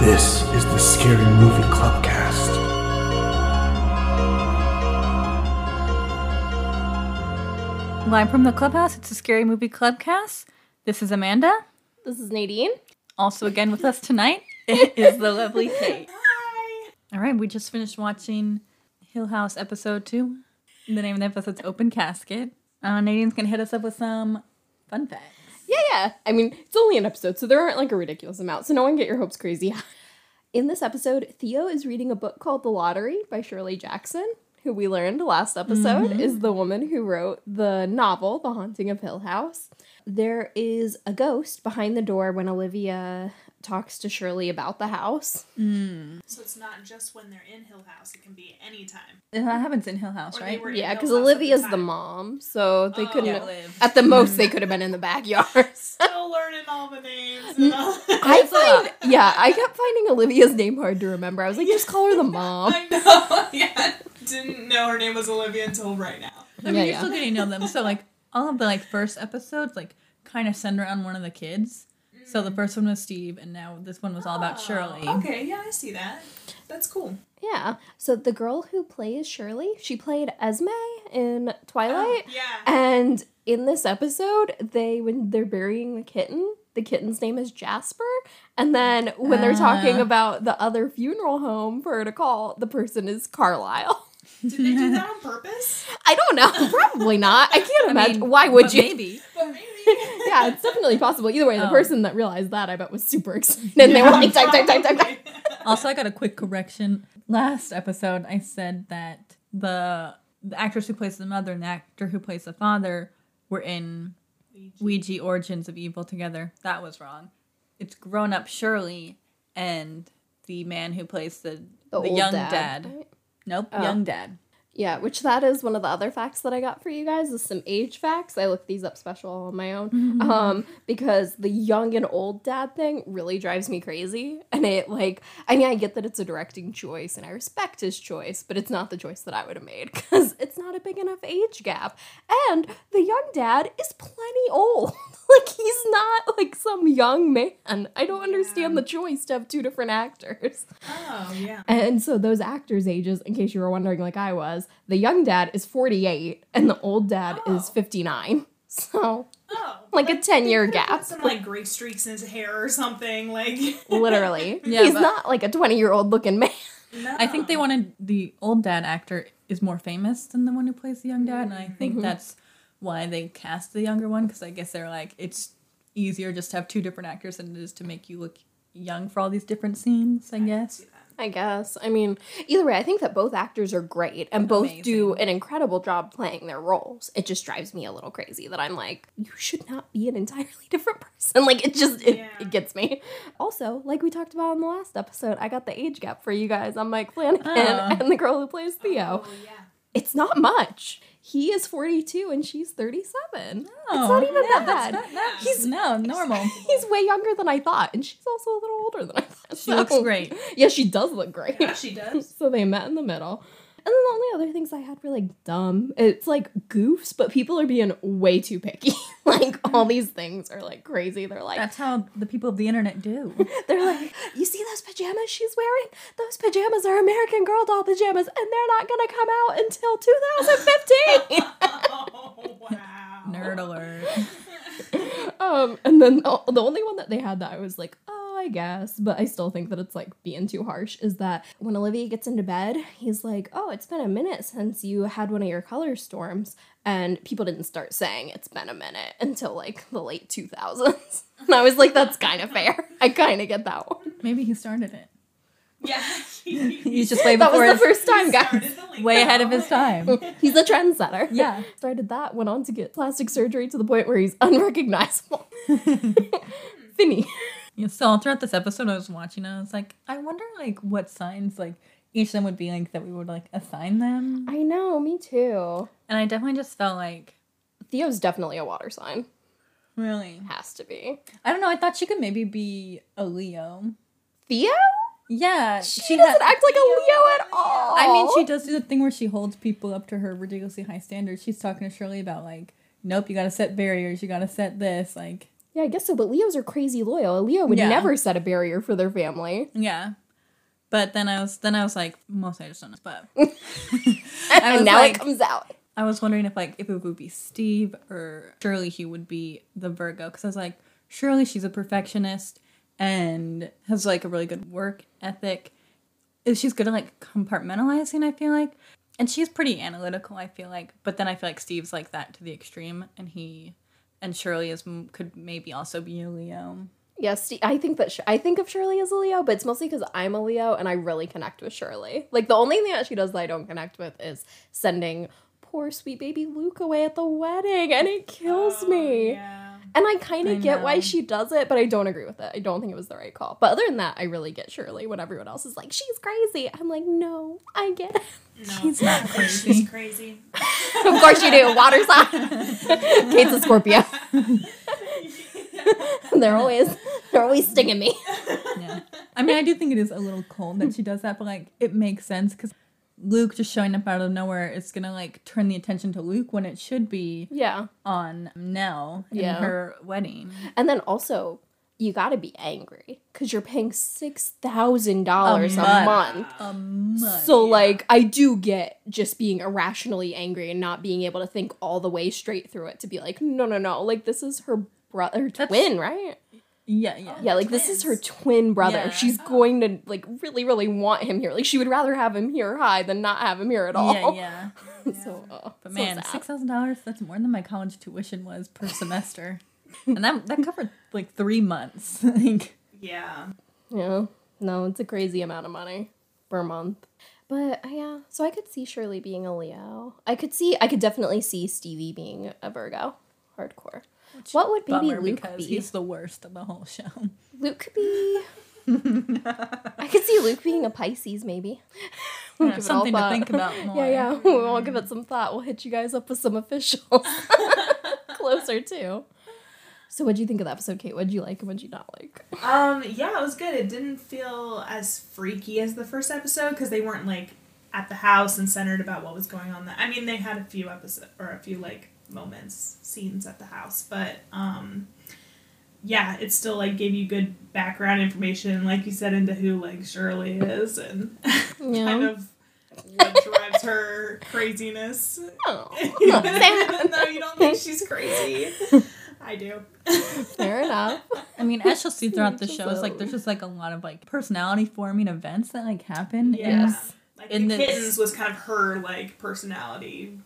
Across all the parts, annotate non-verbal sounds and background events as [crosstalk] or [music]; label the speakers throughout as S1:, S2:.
S1: This is the Scary Movie Club cast.
S2: Live from the clubhouse, it's a scary movie clubcast. This is Amanda.
S3: This is Nadine.
S2: Also, again with us tonight is the
S4: [laughs]
S2: lovely Kate. All right, we just finished watching Hill House episode two. The name of the episode's Open Casket. Uh, Nadine's gonna hit us up with some fun facts.
S3: Yeah, yeah. I mean, it's only an episode, so there aren't like a ridiculous amount, so no one get your hopes crazy. In this episode, Theo is reading a book called The Lottery by Shirley Jackson, who we learned last episode is the woman who wrote the novel The Haunting of Hill House. There is a ghost behind the door when Olivia talks to Shirley about the house.
S4: So it's not just when they're in Hill House; it can be any time.
S2: Uh, That happens in Hill House,
S4: Or they
S2: right?
S4: were in
S3: Yeah,
S4: Hill
S3: because
S4: House at
S3: Olivia's the
S4: time.
S3: mom, so they
S4: Oh.
S3: couldn't.
S4: Yeah.
S2: live.
S3: At the most, they could have been in the backyard.
S4: Still learning all the
S2: [laughs]
S4: names. and all-
S3: I
S2: It's a lot. [laughs]
S3: find, yeah, I kept finding Olivia's name hard to remember. I was like, just call her
S2: [laughs]
S3: the mom.
S4: [laughs] I know. Yeah, I didn't know her name was Olivia until right now.
S2: I mean,
S3: Yeah,
S2: you're
S3: yeah.
S2: still getting to know them. So like all of the like first episodes, like kind of center on one of the kids. So the first one was Steve, and now this one was all about [laughs] Shirley.
S4: Mm. Ah. Oh, Okay, yeah, I see that. That's cool.
S3: Yeah. So the girl who plays Shirley, she played Esme in Twilight.
S4: Oh,
S2: Oh.
S4: Yeah.
S3: And in this episode, they when they're burying the kitten, the kitten's name is Jasper. And then when they're talking
S2: Ah.
S3: about the other funeral home for her to call, the person is Carlisle. [laughs]
S4: Did they do that
S2: [laughs]
S4: on purpose? [laughs]
S3: I don't know. [laughs] Probably not. I can't
S2: I
S3: imagine.
S2: mean,
S3: Why would
S2: but
S3: you?
S2: Maybe.
S4: But maybe.
S3: [laughs] Yeah, it's definitely possible. Either way, the
S2: Oh.
S3: person that realized that I bet was super
S2: [laughs]
S3: excited. And they were like, type, type, type, type, type.
S2: Also, I got a quick correction. Last episode, I said that the the actress who plays the mother and the actor who plays the father were in Ouija Origins of Evil together. That was wrong. It's grown up Shirley and the man who plays the the,
S3: old
S2: young dad.
S3: right?
S2: Nope, young dad.
S3: Yeah, which that is one of the other facts that I got for you guys is some age facts. I looked these up special on my own
S2: Mm-hmm.
S3: um, because the young and old dad thing really drives me crazy. And it like, I mean, I get that it's a directing choice and I respect his choice, but it's not the choice that I would have made [laughs] because it's not a big enough age gap. And the young dad is plenty old. [laughs] like he's not like some young man. I don't understand the choice to have two different actors.
S4: Oh yeah.
S3: And so those actors' ages, in case you were wondering, like I was, the young dad is 48 and the old dad is
S4: Oh.
S3: 59. [laughs] So
S2: [laughs]
S4: Oh.
S3: like a
S4: but
S3: 10
S4: they
S3: year
S4: could've put
S3: gap.
S4: Some like gray streaks in his hair or something. Like. [laughs]
S2: [laughs]
S3: Literally.
S2: Yeah,
S3: He's
S2: but-
S3: not like a 20 year old looking man.
S2: I think they wanted the old dad actor is more famous than the one who plays the young dad, and I think that's why they cast the younger one because I guess they're like it's easier just to have two different actors than it is to make you look young for all these different scenes. I guess.
S3: I guess. I mean, either way, I think that both actors are great and both do an incredible job playing their roles. It just drives me a little crazy that I'm like, you should not be an entirely [laughs] different person. Like, it just, it,
S4: Yeah.
S3: it gets me. Also, like we talked about in the last episode, I got the age gap for you guys on Mike Flanagan
S2: Oh.
S3: and the girl who plays Theo.
S4: Oh yeah.
S3: It's not much. He is 42 and she's 37. it's
S2: Oh,
S3: not even
S2: yeah,
S3: that
S2: that's
S3: bad.
S2: not- that-
S3: He's-
S2: no normal.
S3: He's way younger than I thought, and she's also a little older than I thought.
S2: She looks
S3: so-
S2: great.
S3: Yeah, she does look great.
S4: Yeah,
S2: [laughs]
S4: she does.
S3: So they met in the middle. And then the only other things I had were like dumb. It's like goofs, but people are being way too picky. [laughs] like all these things are like crazy. They're like
S2: That's how the people of the internet [laughs] do.
S3: they're like, you see those pajamas she's wearing? Those pajamas are American Girl doll pajamas, and they're not gonna come out until [laughs] 2015.
S4: Oh wow.
S2: Nerd alert.
S3: um, and then the the only one that they had that I was like, oh, I guess, but I still think that it's like being too harsh is that when Olivia gets into bed, he's like, oh, it's been a minute since you had one of your color storms, and people didn't start saying it's been a minute until like the late 2000s. [laughs] And I was like, that's kind of fair. I kind of get that one.
S2: Maybe he started it.
S4: [laughs] Yeah.
S2: [laughs] He's just way
S3: That
S2: before
S3: was the
S2: his,
S3: first time, guys.
S4: Started the
S2: [laughs]
S4: link
S2: way ahead of
S4: now.
S2: his time.
S3: [laughs] He's a trendsetter.
S2: Yeah.
S3: Started that, went on to get plastic surgery to the point where he's
S2: [laughs]
S3: unrecognizable. [laughs] Finny.
S2: Yeah, so throughout this episode, I was watching and I was like, I wonder like what signs like each of them would be like that we would like assign them.
S3: I know, me too.
S2: And I definitely just felt like
S3: Theo's definitely a water sign.
S2: really.
S3: Has to be.
S2: I don't know. I thought she could maybe be a Leo.
S3: Theo?
S2: Yeah,
S3: She, doesn't act like a Leo at all.
S2: I mean, she does do the thing where she holds people up to her ridiculously high standards. She's talking to Shirley about like, nope, you got to set barriers. You got to set this. Like,
S3: Yeah, I guess so. But Leos are crazy loyal. A Leo would
S2: Yeah.
S3: never set a barrier for their family.
S2: Yeah. But then I was then I was like, mostly I just don't know.
S3: [laughs]
S2: But [laughs] I
S3: and
S2: was
S3: now
S2: like,
S3: it comes out.
S2: I was wondering if like if it would be Steve or surely he would be the Virgo because I was like, surely she's a perfectionist and has like a really good work ethic. Is she's good at like compartmentalizing? I feel like, and she's pretty analytical. I feel like, but then I feel like Steve's like that to the extreme, and he and Shirley is m- could maybe also be a Leo.
S3: Yes, Ste I think that Sh- I think of Shirley as a Leo, but it's mostly because I'm a Leo and I really connect with Shirley. Like the only thing that she does that I don't connect with is sending poor sweet baby Luke away at the wedding, and it kills me.
S4: Yeah.
S3: And I kind
S2: I
S3: of get why
S2: know.
S3: she does it, but I don't agree with it. I don't think it was the right call. But other than that, I really get Shirley when everyone else is like, "She's crazy." I'm like, "No, I get
S2: [laughs]
S3: it."
S4: No.
S2: She's not crazy.
S4: [laughs] She's crazy.
S3: of course you do. Water sign. Kate's a
S2: [laughs]
S3: Scorpio. [laughs] they're always they're always stinging me.
S2: yeah. I mean, I do think it is a little cold that she does that, but like it makes sense because Luke just showing up out of nowhere is gonna like turn the attention to Luke when it should be
S3: Yeah.
S2: on Nell and
S3: Yeah.
S2: her wedding.
S3: And then also, you got to be angry because you're paying six thousand dollars a
S2: month.
S3: month.
S2: A month.
S3: So like, I do get just being irrationally angry and not being able to think all the way straight through it. To be like, no, no, no. Like this is her brother, her
S2: That's-
S3: twin, right?
S2: yeah, yeah.
S3: Yeah, like this is her twin brother.
S2: Yeah.
S3: She's going to like really, really want him here. Like she would rather have him here high than not have him here at all.
S2: Yeah, yeah.
S3: [laughs] so, oh,
S2: But
S3: so
S2: man,
S3: sad.
S2: six thousand dollars—that's more than my college tuition was per semester, and that that covered like three months. [laughs] like,
S4: Yeah.
S3: Yeah. No, it's a crazy amount of money per month. But uh, yeah, so I could see Shirley being a Leo. I could see, I could definitely see Stevie being a Virgo, hardcore. what would maybe
S2: bummer
S3: Luke
S2: because
S3: be?
S2: he's the worst of the whole show.
S3: Luke
S2: [laughs]
S3: could be. I could see Luke being a Pisces, maybe. We'll give it all
S2: Something to
S3: thought.
S2: think about more.
S3: [laughs] Yeah, yeah. We'll give it some thought. We'll hit you guys up with some officials [laughs] closer too. So, what'd you think of the episode, Kate? What'd you like and what'd you not like?
S4: Um, yeah, it was good. It didn't feel as freaky as the first episode because they weren't like at the house and centered about what was going on. That I mean, they had a few episodes or a few like moments, scenes at the house, but um, yeah, it still like gave you good background information, like you said, into who like Shirley is and [laughs] kind
S3: Yeah.
S4: of what drives her craziness. [laughs]
S3: Oh,
S4: Even though you don't think she's
S2: [laughs]
S4: crazy, I do.
S3: fair
S4: [laughs]
S3: enough.
S2: I [laughs] mean, as you'll see throughout the
S3: Just
S2: show, is like
S3: so-
S2: there's just like a lot of like personality forming events that like happen.
S4: Yeah.
S3: Yes.
S4: Like
S2: And
S4: the
S2: it's-
S4: kittens was kind of her like personality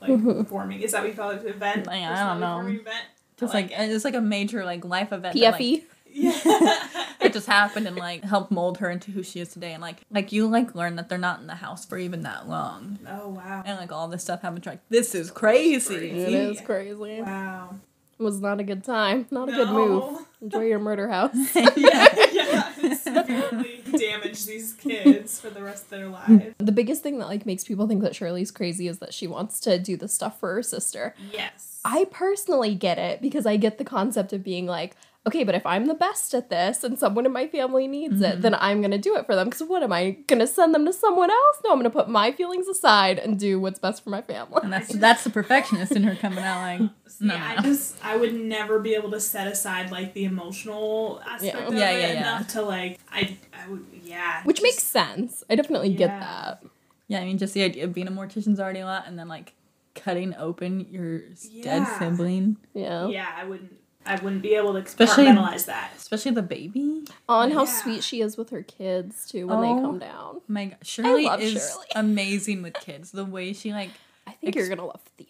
S4: like
S3: Mm-hmm.
S4: forming. Is that what you call it? Event?
S2: Like, I don't
S4: Personality
S2: know.
S4: forming Event?
S2: And Just like and it's like a major like life event. that, like,
S3: PFE.
S4: [laughs] Yeah.
S2: [laughs] it just happened and like helped mold her into who she is today. And like like you like learn that they're not in the house for even that long.
S4: oh wow.
S2: And like all this stuff happened. You're like this is crazy.
S3: It is crazy.
S4: Wow.
S3: It was not a good time. Not a
S4: no.
S3: good move.
S4: [laughs]
S3: Enjoy your murder house. [laughs]
S4: yeah. It's definitely damaged these kids for the rest of their lives.
S3: The biggest thing that like makes people think that Shirley's crazy is that she wants to do this stuff for her sister.
S4: Yes.
S3: I personally get it because I get the concept of being like, okay, but if I'm the best at this and someone in my family needs
S4: Mm-hmm.
S3: it, then I'm going to do it for them. Because what am I going to send them to someone else? No, I'm going to put my feelings aside and do what's best for my
S2: And
S4: [laughs]
S3: family.
S2: that's that's the perfectionist in her coming out like
S4: See,
S2: no,
S4: I
S2: no, no.
S4: just I would never be able to set aside like the emotional aspect
S3: Yeah.
S4: of
S2: Yeah,
S4: it
S2: yeah, yeah.
S4: enough to like I I would yeah.
S3: Which
S4: just-
S3: makes sense. I definitely get
S4: Yeah.
S3: that.
S2: Yeah, I mean just the idea of being a mortician's already a lot and then like cutting open your s- dead
S4: Yeah.
S2: sibling.
S3: Yeah.
S4: yeah I wouldn't I wouldn't be able to
S2: Especially-
S4: compartmentalize that.
S2: Especially the baby.
S3: On how
S4: Oh, Yeah.
S3: sweet she is with her kids too when
S2: Oh.
S3: they come down.
S2: My God. Shirley
S3: love
S2: is
S3: Shirley. [laughs]
S2: amazing with kids. The way she like
S3: I
S2: Ex-
S3: think you're going to love Theo.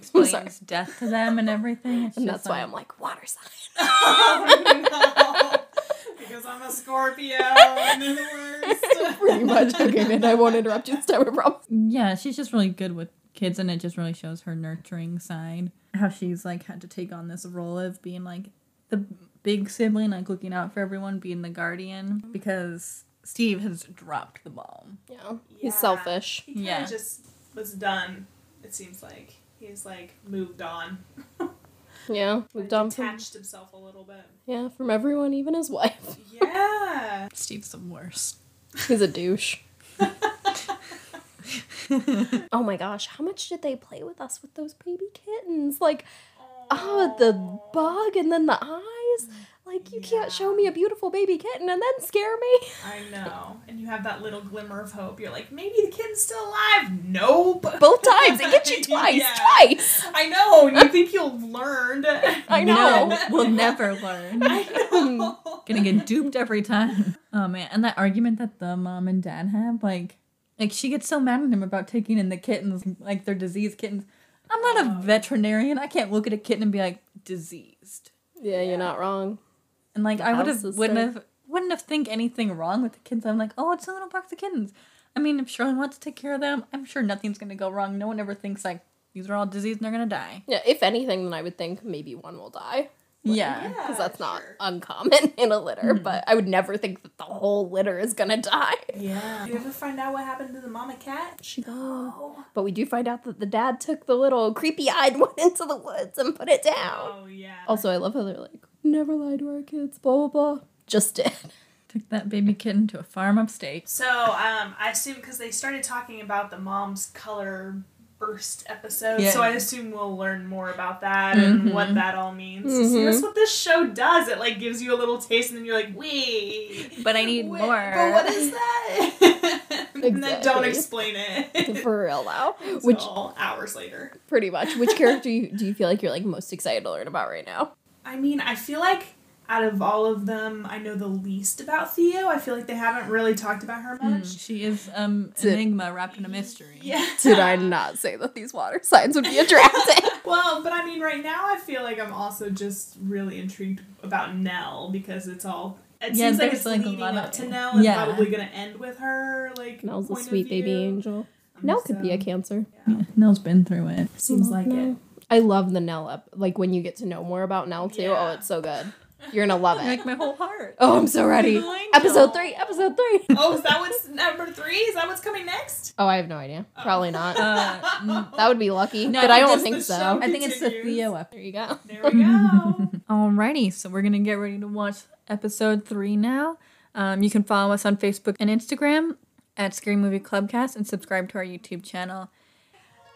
S3: sorry.
S2: explains death to them and everything. It's
S3: And
S2: just
S3: that's why I'm like, water sign. [laughs]
S4: Oh, no. [laughs] because I'm a Scorpio and they're the
S3: [laughs]
S4: worst.
S3: Pretty much. Okay, good. I won't interrupt you this time, I promise.
S2: yeah, she's just really good with kids, and it just really shows her nurturing side. How she's like had to take on this role of being like the big sibling, like looking out for everyone, being the guardian, because Steve has dropped the ball.
S3: Yeah.
S4: Yeah.
S3: He's selfish.
S4: He kind
S2: Yeah.
S4: of just was done. It seems like he's like moved on.
S3: Yeah. We've done from,
S4: Detached himself a little bit.
S3: yeah, from everyone, even his wife. [laughs]
S4: Yeah.
S2: Steve's the worst.
S3: He's a douche.
S4: [laughs]
S3: oh my gosh, how much did they play with us with those baby kittens? Like, [laughs] oh, the bug and then the eyes. Like, you
S4: Yeah.
S3: can't show me a beautiful baby kitten and then scare me. [laughs]
S4: I know. And you have that little glimmer of hope. You're like, maybe the kid's still alive. Nope.
S3: Both times. It gets you twice.
S4: [laughs] Yeah.
S3: Twice.
S4: I know. And you think you'll have learned.
S3: [laughs] I know.
S2: No, [laughs]
S4: [laughs]
S2: we'll never learn.
S4: I
S3: [laughs]
S4: know.
S2: Gonna get duped every time. Oh man, and that argument that the mom and dad have, like, like she gets so mad at him about taking in the kittens, like they're diseased kittens. I'm not a veterinarian. I can't look at a kitten and be like diseased.
S3: Yeah, you're not wrong.
S2: And like I would
S3: house
S2: have
S3: is
S2: wouldn't
S3: safe.
S2: have wouldn't have think anything wrong with the kids. I'm like, oh, it's a little box of kittens. I mean, if Shirley wants to take care of them, I'm sure nothing's gonna go wrong. No one ever thinks like these are all diseased and they're gonna die.
S3: Yeah, if anything, then I would think maybe one will die.
S2: yeah.
S3: Because that's not uncommon [laughs] in a litter, but I would never think that the whole litter is gonna die.
S4: Yeah. You ever find out what happened to the mama cat?
S3: She But we do find out that the dad took the little creepy eyed [laughs] one into the woods and put it down.
S4: Oh, yeah.
S3: Also, I love how they're like, never lie to our kids, blah, blah, blah. Just did. [laughs]
S2: Took that baby kitten to a farm upstate.
S4: So um, I assume because they started talking about the mom's color burst episode,
S2: Yeah. Mm-hmm.
S4: so I assume we'll learn more about that and what that all means. See, that's what this show does. It like gives you a little taste, and then you're like, wait,
S2: But I need
S4: wait,
S2: more.
S4: But what is that? [laughs] and then don't
S3: Exactly.
S4: explain
S2: [laughs]
S4: it.
S3: For real, though. Which,
S4: [laughs] Which hours later?
S3: pretty much, which character you, do you feel like you're like most excited to learn about right now?
S4: I mean, I feel like out of all of them, I know the least about Theo. I feel like they haven't really talked about her much.
S2: She is um
S3: Did-
S2: enigma wrapped in a mystery.
S4: Yeah.
S3: Did [laughs] I not say that these water signs would [laughs] be attracting?
S4: Well, but I mean, right now I feel like I'm also just really intrigued about Nell because it's all. It
S2: Yeah,
S4: seems like
S2: there's,
S4: it's
S2: like, a
S4: leading
S2: lot
S4: up
S2: of-
S4: to Nell and
S2: yeah.
S4: probably gonna end with her. Like
S3: Nell's a
S4: point of
S3: sweet baby
S4: view.
S3: angel. Nell could be a
S4: So,
S3: cancer.
S4: yeah.
S2: Nell's been through it.
S4: Seems like it.
S2: Mm-hmm.
S3: I love the Nell up. Like when you get to know more about Nell too.
S4: Yeah.
S3: Oh, it's so good. You're gonna love it.
S2: Like my whole heart.
S3: Oh, I'm so ready.
S2: I know.
S3: Episode three. Episode three. [laughs]
S4: Oh, is that what's number three? Is that what's coming next?
S3: Oh, I have no idea. Probably
S2: [laughs]
S3: not.
S2: Uh,
S4: [laughs]
S2: mm,
S3: that would be lucky,
S2: No,
S3: but I don't
S2: just
S3: think
S4: the
S3: so.
S4: show.
S2: I think it's the
S4: Continues.
S2: Theo episode.
S3: There you go.
S4: There we
S3: [laughs]
S4: go.
S2: Alrighty, so we're gonna get ready to watch episode three now. Um, you can follow us on Facebook and Instagram at Scary Movie Clubcast and subscribe to our YouTube channel.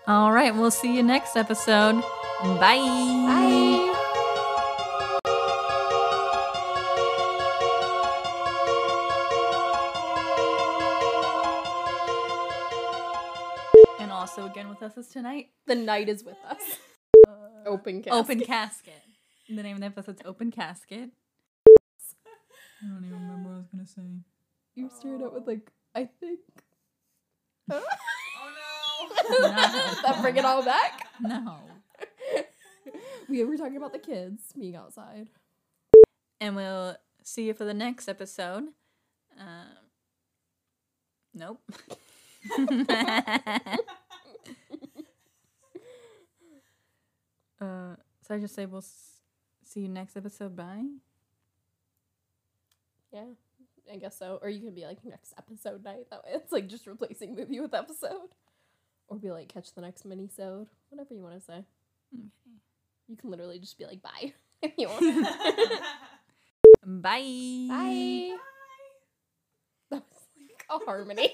S2: All right, we'll see you next episode. Bye.
S3: Bye.
S2: And also again with us is tonight.
S3: The night is with us. Open cast.
S2: Open Casket. The name of the episode's Open Casket. I don't even remember what I was gonna say.
S3: You started out with like I think. [laughs]
S4: oh no.
S3: that bring it all back. [laughs]
S2: No.
S3: We were talking about the kids being outside.
S2: And we'll see you for the next episode. Um, nope. uh, so I just say we'll s- see you next episode. Bye.
S3: Yeah, I guess so. Or you can be like next episode night. That way, it's like just replacing movie with episode. Or be like catch the next minisode. Whatever you want to say. You can literally just be like bye [laughs] if you want.
S4: [laughs]
S2: Bye.
S4: [laughs]
S3: bye. That was like a harmony.